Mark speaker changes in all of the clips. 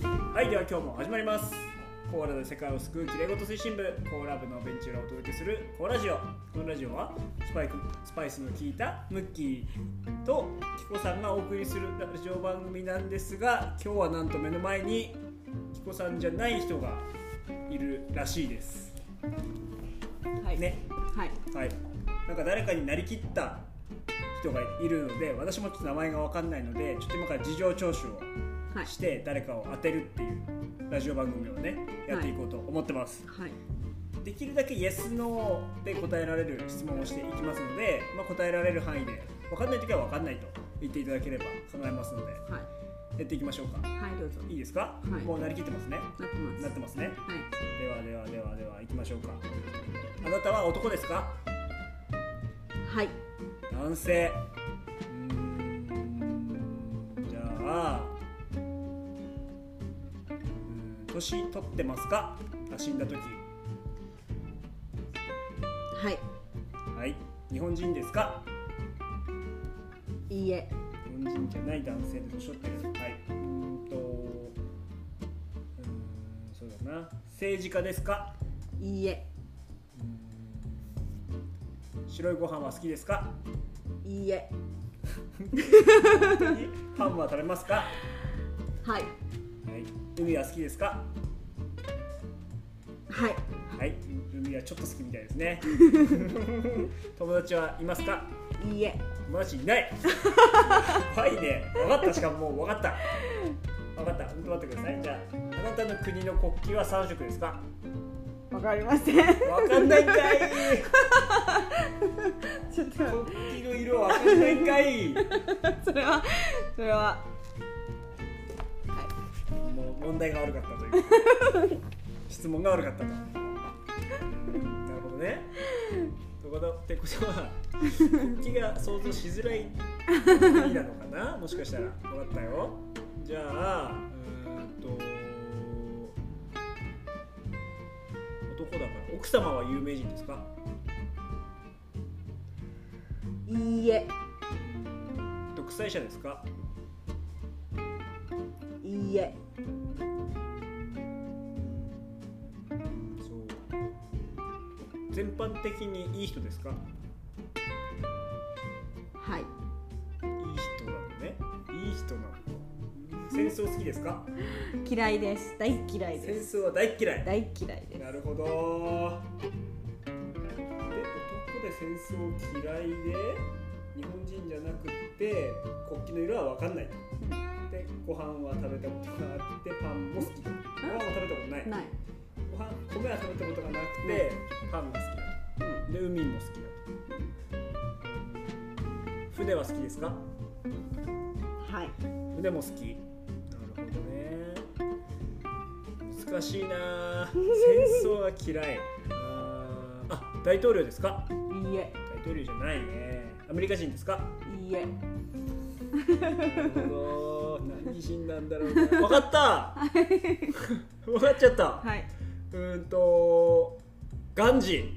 Speaker 1: は今日も始まりますコーラで世界を救うきれいごと推進部コーラ部のベンチュラをお届けするコーラジオこのラジオはスパイクスパイスの効いたムッキーとキコさんがお送りするラジオ番組なんですが今日はなんと目の前にキコさんじゃない人がいるらしいです
Speaker 2: はい、
Speaker 1: ね
Speaker 2: はい、
Speaker 1: はいなんか誰かになりきった人がいるので私もちょっと名前が分かんないのでちょっと今から事情聴取を
Speaker 2: はい、
Speaker 1: して誰かを当てるっていうラジオ番組をねやっていこうと思ってます、
Speaker 2: はい、
Speaker 1: できるだけ Yes No で答えられる質問をしていきますので、まあ、答えられる範囲で分かんない時は分かんないと言っていただければ構いますので
Speaker 2: はい、
Speaker 1: やっていきましょうか
Speaker 2: はい、どうぞ。
Speaker 1: いいですか、
Speaker 2: はい
Speaker 1: もうなりきってますね
Speaker 2: なってます。
Speaker 1: なってますね
Speaker 2: はい、
Speaker 1: ではではではでは行きましょうかあなたは男ですか
Speaker 2: はい、
Speaker 1: 男性うーんじゃあうーん年取ってますかあ死んだ時
Speaker 2: はい、
Speaker 1: はい日本人ですか
Speaker 2: いいえ、
Speaker 1: 日本人じゃない男性で年取ってるはいうーんとうーんそうだな政治家ですか
Speaker 2: いいえ、
Speaker 1: うーん白いご飯は好きですか
Speaker 2: いいえ、
Speaker 1: パンは食べますか、は
Speaker 2: はい、
Speaker 1: い、海は好きですか
Speaker 2: はい、
Speaker 1: はい、海はちょっと好きみたいですね。友達はいますか
Speaker 2: いいえ、
Speaker 1: 友達いない。はいね、分かったしかももう分かった。分かった、本当待ってください。じゃあ、あなたの国の国旗は三色ですか
Speaker 2: わかりません。
Speaker 1: 分かんないんかい
Speaker 2: ちょっと、
Speaker 1: 国旗の色分かんないんかい
Speaker 2: それは、それは。はい、
Speaker 1: もう問題が悪かったというか質問が悪かったとうんなるほどねということだってことは国旗が想像しづらい国なのかなもしかしたら分かったよじゃあうーんと男だから奥様は有名人ですか
Speaker 2: いいえ、
Speaker 1: 独裁者ですか
Speaker 2: いいえ、
Speaker 1: そう全般的にいい人ですかいい
Speaker 2: はい、
Speaker 1: 人なのねいい人なの戦争好きですか
Speaker 2: 嫌いです。大嫌い
Speaker 1: 戦
Speaker 2: です。
Speaker 1: 争は大っ嫌い
Speaker 2: 大嫌いです。
Speaker 1: なるほどで男で戦争嫌いで日本人じゃなくって国旗の色は分かんないとでご飯は食べたことがあってパンも好きだご飯は食べたことない
Speaker 2: ない。
Speaker 1: ご飯米は食べたことがなくてパンが好きだと、で海も好きだと船は好きですか
Speaker 2: はい、
Speaker 1: 船も好きなるほどね難しいなあ戦争は嫌いあーあ大統領ですか
Speaker 2: いいえ、
Speaker 1: 大統領じゃないねアメリカ人ですか
Speaker 2: いいえ、
Speaker 1: なるほど何人なんだろうな分かった分かっちゃった、
Speaker 2: はい、
Speaker 1: うーんとガンジ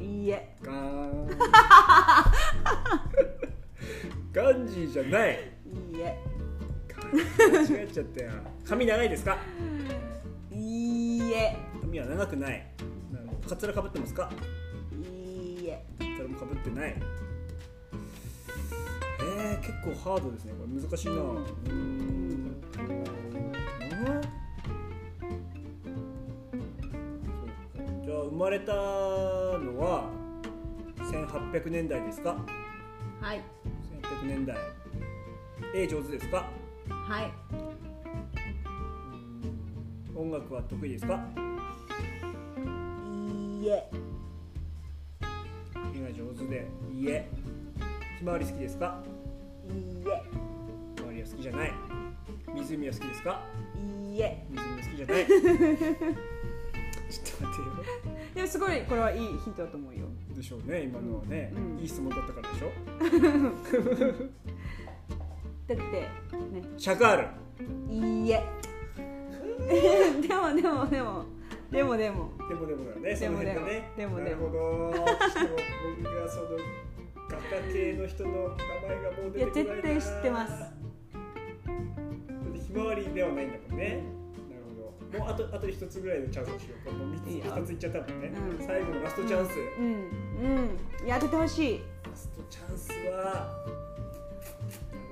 Speaker 2: いいえ、
Speaker 1: ーガーンガンジーじゃない
Speaker 2: いいえ、
Speaker 1: 間違えちゃったよ髪長いですか
Speaker 2: いいえ、
Speaker 1: 髪は長くないなるほどカツラかぶってますか
Speaker 2: いいえ、
Speaker 1: カツラもかぶってないえー、結構ハードですねこれ難しいなうーんうんそうかじゃあ生まれたのは1800年代ですか
Speaker 2: はい、
Speaker 1: 1800年代絵上手ですか
Speaker 2: はい。
Speaker 1: 音楽は得意ですか
Speaker 2: いいえ、
Speaker 1: 絵が上手でいいえひまわり好きですか
Speaker 2: いいえ、
Speaker 1: ひまわりは好きじゃない湖は好きですか
Speaker 2: いいえ。
Speaker 1: 水も好きじゃないちょっと待ってよ
Speaker 2: でもすごいこれはいいヒントだと思うよ。
Speaker 1: でしょうね今のはね、
Speaker 2: うん
Speaker 1: いい質問だったからでしょ
Speaker 2: だってね、
Speaker 1: シャカール
Speaker 2: いいえ。 でもでもでもで
Speaker 1: でも
Speaker 2: もでも
Speaker 1: でもだねそ
Speaker 2: で
Speaker 1: の
Speaker 2: も
Speaker 1: 辺がね
Speaker 2: でもでも
Speaker 1: なるほどちょっと僕がその画家系の人の名前がもう
Speaker 2: い
Speaker 1: 出
Speaker 2: や
Speaker 1: てこない
Speaker 2: 絶
Speaker 1: な
Speaker 2: 対知ってます。
Speaker 1: だってひまわりではないんだもんねなるほどもうあとあと一つぐらいのチャンスにしようかもう
Speaker 2: いい
Speaker 1: 3
Speaker 2: よ
Speaker 1: つ二ついっちゃったもんね、
Speaker 2: うん
Speaker 1: 最後のラストチャンス、
Speaker 2: うんうんやっててほしい
Speaker 1: ラストチャンスはなる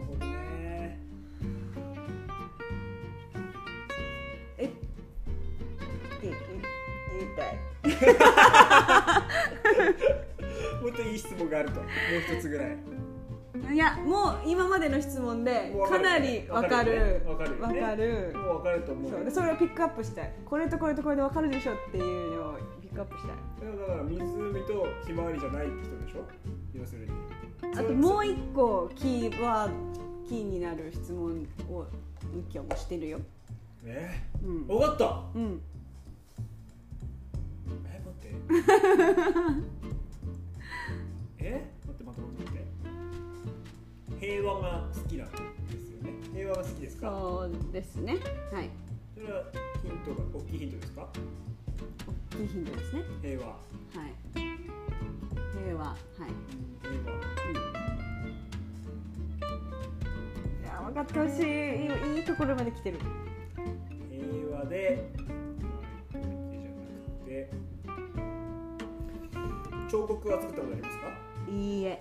Speaker 1: ほどね
Speaker 2: えって言い言いたい
Speaker 1: もっといい質問があるともう一つぐらい
Speaker 2: いやもう今までの質問で
Speaker 1: もうわか
Speaker 2: か
Speaker 1: る
Speaker 2: なりわかる
Speaker 1: わかるよねわかるよね
Speaker 2: わかる
Speaker 1: もう分かると思う
Speaker 2: そうでそれをピックアップしたいこれとこれとこれでわかるでしょっていうのをピックアップしたい
Speaker 1: でもだから湖とひまわりじゃないって人でしょ要するに
Speaker 2: あともう一個キーワードキーになる質問をムッキョもしてるよ
Speaker 1: え
Speaker 2: うん
Speaker 1: 分かった
Speaker 2: うん
Speaker 1: え待って え待って待って待って待って平和が好きなんですよね平和が好きですか
Speaker 2: そうですねはい
Speaker 1: それはヒントが大きいヒントですか
Speaker 2: 大きいヒントですね
Speaker 1: 平和、
Speaker 2: はい平和はい
Speaker 1: うん、平和
Speaker 2: いや分かってほしいいいいいところまで来てる
Speaker 1: 平和で平和じゃなくて彫刻は作ったことありますか
Speaker 2: いいえ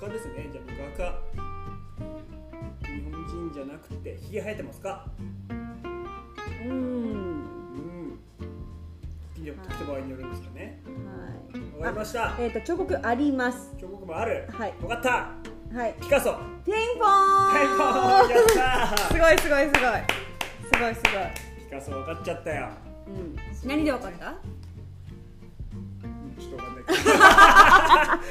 Speaker 1: 画家ですねじゃあ画家日本人じゃなくてひげ生えてますか
Speaker 2: うん
Speaker 1: うん時々時と場合によるんですかね
Speaker 2: はい
Speaker 1: わかりました
Speaker 2: えっ、と彫刻あります
Speaker 1: 彫刻もある
Speaker 2: はい
Speaker 1: わかった
Speaker 2: はい
Speaker 1: ピカソ
Speaker 2: ピンポ
Speaker 1: タイポーン
Speaker 2: ーン
Speaker 1: やった
Speaker 2: すごいすごいすごいすごいす
Speaker 1: ピカソ分かっちゃったよ
Speaker 2: ごい、うん、何で分かった
Speaker 1: うんちょっとわかんないけ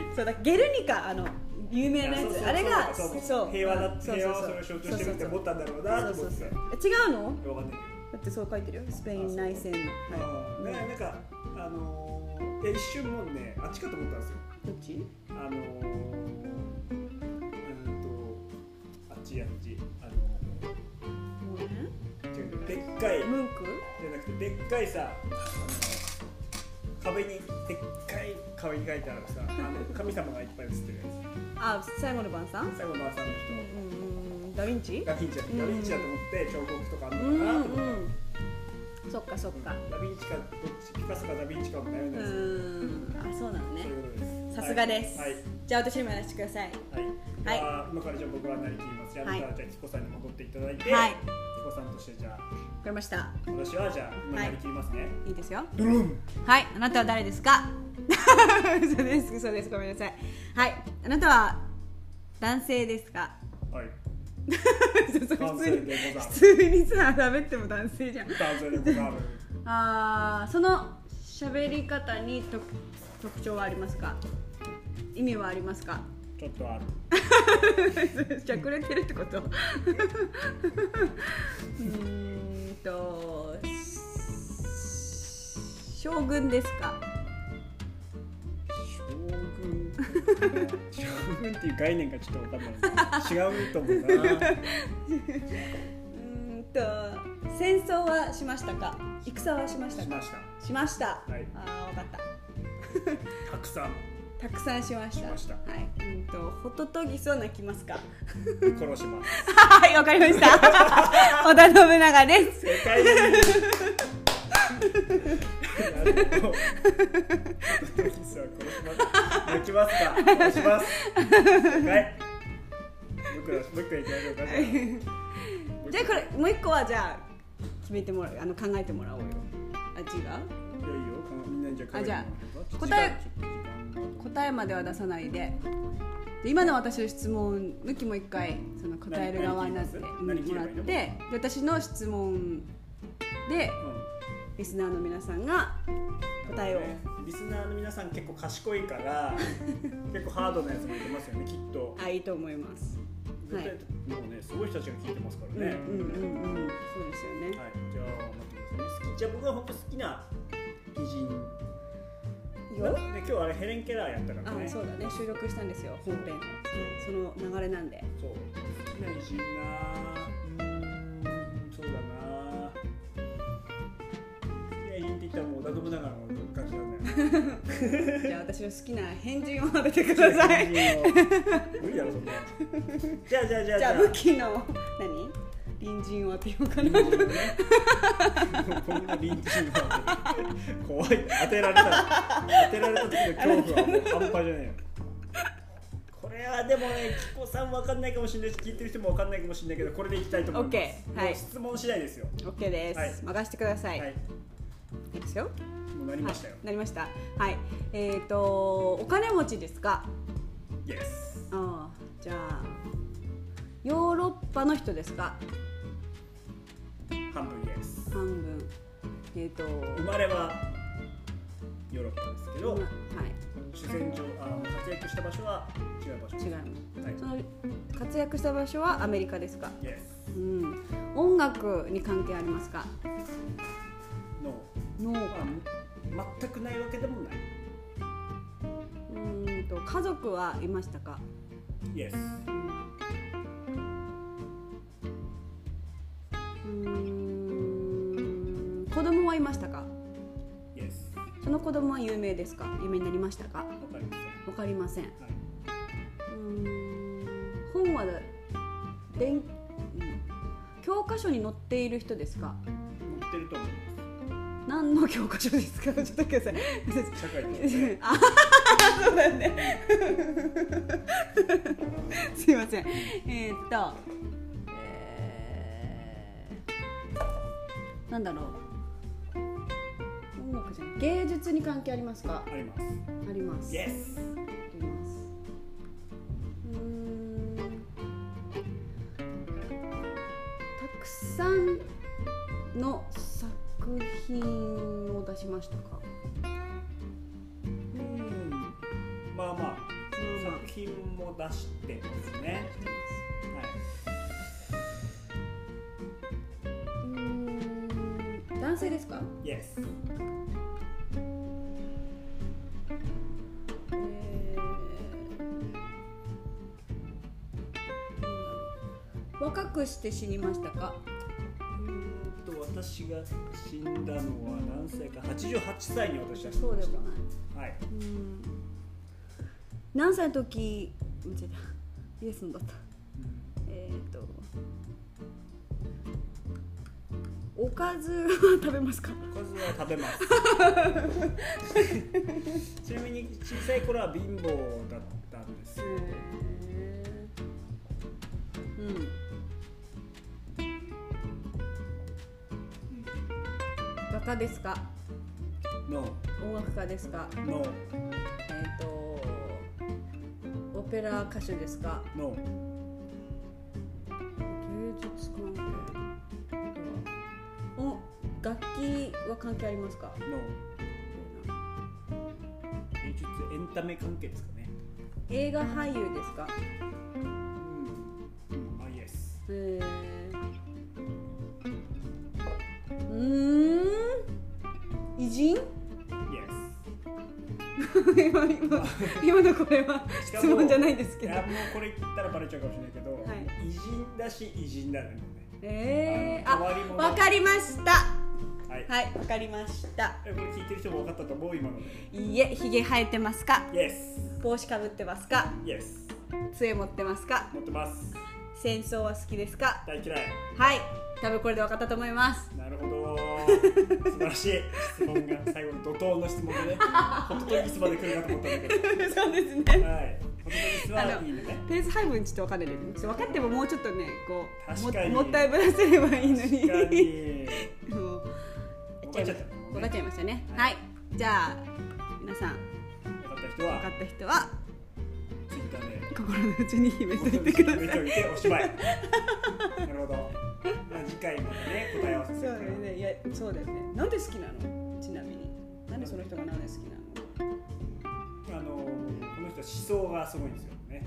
Speaker 1: ど
Speaker 2: そうだゲルニカあの有名な
Speaker 1: そ
Speaker 2: や
Speaker 1: うそう
Speaker 2: つあれが
Speaker 1: そうそう
Speaker 2: そう
Speaker 1: 平和だ
Speaker 2: そう
Speaker 1: 平和を
Speaker 2: そ
Speaker 1: そうれを
Speaker 2: そ
Speaker 1: 象
Speaker 2: う
Speaker 1: 徴してるって思ったんだろうなと
Speaker 2: そ
Speaker 1: 思っ
Speaker 2: う
Speaker 1: て
Speaker 2: そう
Speaker 1: わ
Speaker 2: そう違うの
Speaker 1: かんない
Speaker 2: だってそう書いてるよスペイ
Speaker 1: あそ
Speaker 2: ン
Speaker 1: う
Speaker 2: 内戦の
Speaker 1: けどあー
Speaker 2: はい
Speaker 1: ねなんかあのーいや一瞬もうねあっちかと思ったんですよ
Speaker 2: どっち
Speaker 1: あのー、うんとあっちあっちあのー、違うでっかい
Speaker 2: ムンク
Speaker 1: じゃなくてでっかいさあの壁にでっかい壁に書いてあるさあの神様がいっぱい写ってるや
Speaker 2: あ最後の晩餐
Speaker 1: つ最後の朝の
Speaker 2: うん
Speaker 1: 人
Speaker 2: うんうんダヴィンチ
Speaker 1: ダヴィンチだダヴィンチだと思って彫刻とかある
Speaker 2: う
Speaker 1: のか
Speaker 2: ん
Speaker 1: なと
Speaker 2: う
Speaker 1: 思って
Speaker 2: んそっかそっか
Speaker 1: ダヴィンチかどっちピカソかダヴィンチかも悩ん
Speaker 2: う
Speaker 1: だんです
Speaker 2: んあそうなのね
Speaker 1: そういうことです
Speaker 2: さすがです、
Speaker 1: はい
Speaker 2: じゃあ私にもやらせてください
Speaker 1: はい、
Speaker 2: は
Speaker 1: はい、今からじゃあ僕は何て言いますじゃあ、
Speaker 2: はい
Speaker 1: じゃあキコさんに戻っていただいて、
Speaker 2: はい
Speaker 1: キコさんとしてじゃあ
Speaker 2: わかりました
Speaker 1: 私はじゃあ今
Speaker 2: はい
Speaker 1: やりきりますね、
Speaker 2: いいですよ
Speaker 1: ドゥルン
Speaker 2: はい、あなたは誰ですか 嘘です、嘘です、ごめんなさい。はい、あなたは男性ですか
Speaker 1: はい
Speaker 2: 嘘嘘
Speaker 1: 男
Speaker 2: 普通
Speaker 1: 性
Speaker 2: に
Speaker 1: でござる
Speaker 2: 普通にさ、喋っても男性じゃん。
Speaker 1: 男性でござる
Speaker 2: あーその喋り方に特特徴はありますか意味はありますか
Speaker 1: ちょっとある
Speaker 2: じゃあくれてるってこと うーんと将軍ですか
Speaker 1: 将軍将軍っていう概念がちょっと分かんない違うと思うな
Speaker 2: うーんと戦争はしましたか戦はしました
Speaker 1: し
Speaker 2: か
Speaker 1: ました
Speaker 2: しました、
Speaker 1: はい
Speaker 2: ああ分かった
Speaker 1: たくさん
Speaker 2: たくさんしました
Speaker 1: しました
Speaker 2: はいうんとホトトギスを泣きますか
Speaker 1: 殺します
Speaker 2: はいわかりました 織田信長です
Speaker 1: 正解ですなるほどキスは殺します泣きますか殺しますはい僕ら僕ら行きましょうかじゃあ
Speaker 2: じゃあこれもう一個はじゃあ決めてもらうあの考えてもらおうよあ違う
Speaker 1: いやいいよみんなにじゃあ考えてもらうか
Speaker 2: あじゃあ答え
Speaker 1: ちょっと時間が
Speaker 2: 答えまでは出さないでで今の私の質問向きもう一回その答える側になってうん
Speaker 1: 何何
Speaker 2: も
Speaker 1: 切れ
Speaker 2: ら
Speaker 1: ば
Speaker 2: っ
Speaker 1: いいの
Speaker 2: てで私の質問で
Speaker 1: うん
Speaker 2: リスナーの皆さんが答えを
Speaker 1: リスナーの皆さん結構賢いから結構ハードなやつもいてますよねきっと
Speaker 2: あいいと思います。
Speaker 1: 絶対、もうねすごい人たちが聞いてますからね、
Speaker 2: うんうんうんうん、そうですよね。
Speaker 1: はいじゃあ待ってくださいね好きじゃあ僕は本当好きな偉人
Speaker 2: いいよ。
Speaker 1: ね今日あれヘレン・ケラーやったからね
Speaker 2: あ、そうだね、収録したんですよ、本編。うんその流れなんで。
Speaker 1: そう好きな偉人なうーんそうだな好きな偉人って言ったらもう織田信長の感じなんだよね
Speaker 2: じゃあ、私の好きな変人を当ててくだ さ
Speaker 1: 偉
Speaker 2: い。
Speaker 1: 人を無理やろそんなじゃあじゃあじゃあ
Speaker 2: じゃあ、武器の、何。隣人を当てようか
Speaker 1: 隣
Speaker 2: な
Speaker 1: 人ねこんな隣人が怖い当てられた当てられた時の恐怖はもう半端じゃないよこれはでもね紀子さんわかんないかもしれないし聞いてる人もわかんないかもしれないけどこれでいきたいと思います、
Speaker 2: OK はい
Speaker 1: もう質問次第ですよ
Speaker 2: OK です、
Speaker 1: はい
Speaker 2: 任してくださ、
Speaker 1: はいい、
Speaker 2: い、いですよ
Speaker 1: もうなりましたよ
Speaker 2: はい、、なりましたはいえっ、とお金持ちですか
Speaker 1: イエス
Speaker 2: ああじゃあヨーロッパの人ですか
Speaker 1: 半分イエス
Speaker 2: 半分えっ、と
Speaker 1: 生まれはヨーロッパですけど、
Speaker 2: はい
Speaker 1: 主戦場あの活躍した場所は違う場所
Speaker 2: 違い
Speaker 1: は
Speaker 2: ます、
Speaker 1: い
Speaker 2: その活躍した場所はアメリカですか
Speaker 1: イエス
Speaker 2: うん音楽に関係ありますか
Speaker 1: の、
Speaker 2: 農家
Speaker 1: まあ、全くないわけでもないう
Speaker 2: ーんと家族はいましたか、
Speaker 1: イエス
Speaker 2: うん、うーん子供はいましたか
Speaker 1: イエスわ
Speaker 2: その子供は有名ですか有名になりましたか
Speaker 1: かりま
Speaker 2: わかりませんう
Speaker 1: せん、はい
Speaker 2: ーん本はだでん、うん、教科書に載っている人ですか
Speaker 1: 持ってると思う
Speaker 2: 何の教科書ですか ちょっと待ってください
Speaker 1: 社会に
Speaker 2: あそうだよねすいませんえーっと、えーなんだろう音楽じゃない芸術に関係ありますか
Speaker 1: あります
Speaker 2: あります
Speaker 1: イエス
Speaker 2: ありますうーんたくさんの作品を出しましたか
Speaker 1: うんまあまあ作品も出してますねは
Speaker 2: うーん男性ですか、
Speaker 1: いイエス
Speaker 2: えー若くして死にましたか
Speaker 1: と私が死んだのは何歳か88歳に私は死に
Speaker 2: そう
Speaker 1: ま
Speaker 2: で
Speaker 1: し
Speaker 2: もない
Speaker 1: たはい
Speaker 2: うん何歳の時間違えたイエスのだったえっ、とおかずは食べますか
Speaker 1: おかずは食べます ちなみに小さい頃は貧乏だったんですよ
Speaker 2: うん画家ですか
Speaker 1: の
Speaker 2: 音楽家ですか
Speaker 1: の
Speaker 2: えっ、とオペラ歌手ですか
Speaker 1: の
Speaker 2: 芸術関係お楽器は関係ありますか
Speaker 1: の芸術エンタメ関係ですかね
Speaker 2: 映画俳優ですか
Speaker 1: うん、うん、あイエス
Speaker 2: へえうーん偉人
Speaker 1: イエ
Speaker 2: 今今今のこれは
Speaker 1: しかも
Speaker 2: 質問じゃないです
Speaker 1: スい
Speaker 2: けど
Speaker 1: やもうこれ言ったらバレちゃうかもしれないけど、
Speaker 2: い
Speaker 1: 偉人だし偉人だね
Speaker 2: えー、
Speaker 1: あの変わり者
Speaker 2: あわかりました
Speaker 1: はい、
Speaker 2: はいわかりました
Speaker 1: えこれ聞いてる人も分かったと思う今ので
Speaker 2: いいえひげ生えてますか
Speaker 1: イエス
Speaker 2: 帽子かぶってますか
Speaker 1: イエス
Speaker 2: 杖持ってますか
Speaker 1: 持ってます
Speaker 2: 戦争は好きですか
Speaker 1: 大嫌い
Speaker 2: はい多分これで分かったと思います
Speaker 1: なるほど素晴らしい質問が最後の怒涛の質問で ねホットトギスまで来るかと思ったんだけど
Speaker 2: そうですね。
Speaker 1: はいホットトギスはいいのね
Speaker 2: ペース配分ちょっと分かんないです。ちょっと分かってももうちょっとね、こ
Speaker 1: 確か
Speaker 2: う
Speaker 1: に
Speaker 2: ももったいぶらせればいいのに。
Speaker 1: 確かに
Speaker 2: も
Speaker 1: 分
Speaker 2: う
Speaker 1: かっちゃったもんね
Speaker 2: 分かっちゃいましたね。は。
Speaker 1: はい
Speaker 2: じゃあ皆さん
Speaker 1: 分かった人は
Speaker 2: 分かった人は
Speaker 1: ツイッターで
Speaker 2: 心の内に秘めておいてください。
Speaker 1: ておいておしまい。なるほど。まあ次回までね答え合わせ
Speaker 2: そう
Speaker 1: す
Speaker 2: だ
Speaker 1: るか
Speaker 2: よ
Speaker 1: ら。
Speaker 2: ね。いやそうだよね。なんで好きなの？ちなみに。なんでその人がなんで好きなの？
Speaker 1: あのこの人は思想がすごいんですよね。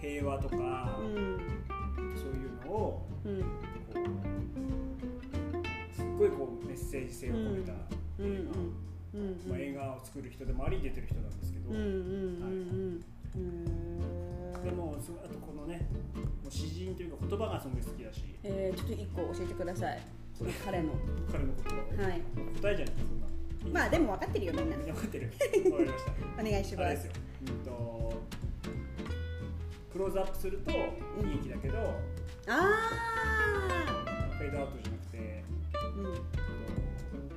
Speaker 1: 平和とか
Speaker 2: うーん。
Speaker 1: そういうのを
Speaker 2: うん。
Speaker 1: こうすっごいこうメッセージ性を込めた
Speaker 2: うん。うん。うん。うん。
Speaker 1: まあ映画を作る人でもあり出てる人なんですけど
Speaker 2: うん。う。ん。うん。うん。
Speaker 1: でもすごいあとこのねもう詩人というか言葉がすごい好きだし
Speaker 2: えー、ちょっと一個教えてください。その彼の。
Speaker 1: 彼の言葉を
Speaker 2: はい。
Speaker 1: 答えじゃないですかそんな。
Speaker 2: まあでも分かってるよみんな。
Speaker 1: みんな分かってる。わかりました。
Speaker 2: お願いし
Speaker 1: あれ
Speaker 2: ま
Speaker 1: です
Speaker 2: す
Speaker 1: よ。、うんとクローズアップするといい気だけど、
Speaker 2: あ
Speaker 1: フェードアウトじゃなくて
Speaker 2: あうん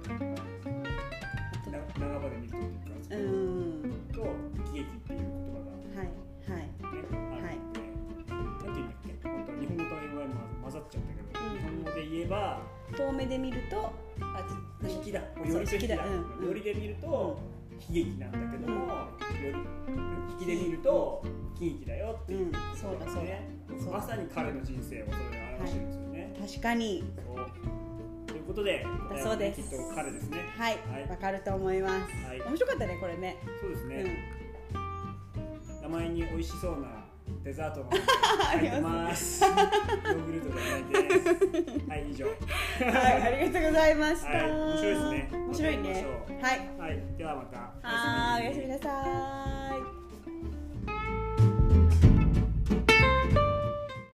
Speaker 1: こうな長場で見るとっていうか、
Speaker 2: うん
Speaker 1: と喜劇っていう言葉が
Speaker 2: はいはい
Speaker 1: ね、あるんで、なんていうんだっけ、本当は日本語と英語が今混ざっちゃったけど、
Speaker 2: うん
Speaker 1: 日本語で言えば、
Speaker 2: 遠目で見るとあ
Speaker 1: 引きだ、
Speaker 2: そう
Speaker 1: よりと引きだ、
Speaker 2: 引きだうん
Speaker 1: よりで見ると悲劇なんだけども、より引きで見ると喜劇だよって
Speaker 2: う
Speaker 1: い
Speaker 2: ん
Speaker 1: う、
Speaker 2: そうだそうだ
Speaker 1: ね
Speaker 2: そうだ
Speaker 1: まさに彼の人生をそれで表してるんですよね。
Speaker 2: 確かに
Speaker 1: そうということで、
Speaker 2: だそうです
Speaker 1: きっと彼ですね。
Speaker 2: はい
Speaker 1: はい
Speaker 2: わかると思います
Speaker 1: はい
Speaker 2: 面白かったねこれね
Speaker 1: そうです
Speaker 2: うん
Speaker 1: ね。名前に美味しそうなデザー トが
Speaker 2: あ
Speaker 1: 入
Speaker 2: り
Speaker 1: って
Speaker 2: ま
Speaker 1: ます。ヨーグルトが入ってます。はい、以上。
Speaker 2: すはいありがとうございました
Speaker 1: はい面白いですね
Speaker 2: 面白いね
Speaker 1: またやりましょ
Speaker 2: はい
Speaker 1: はい、ではまた。
Speaker 2: はーいおやすみなさい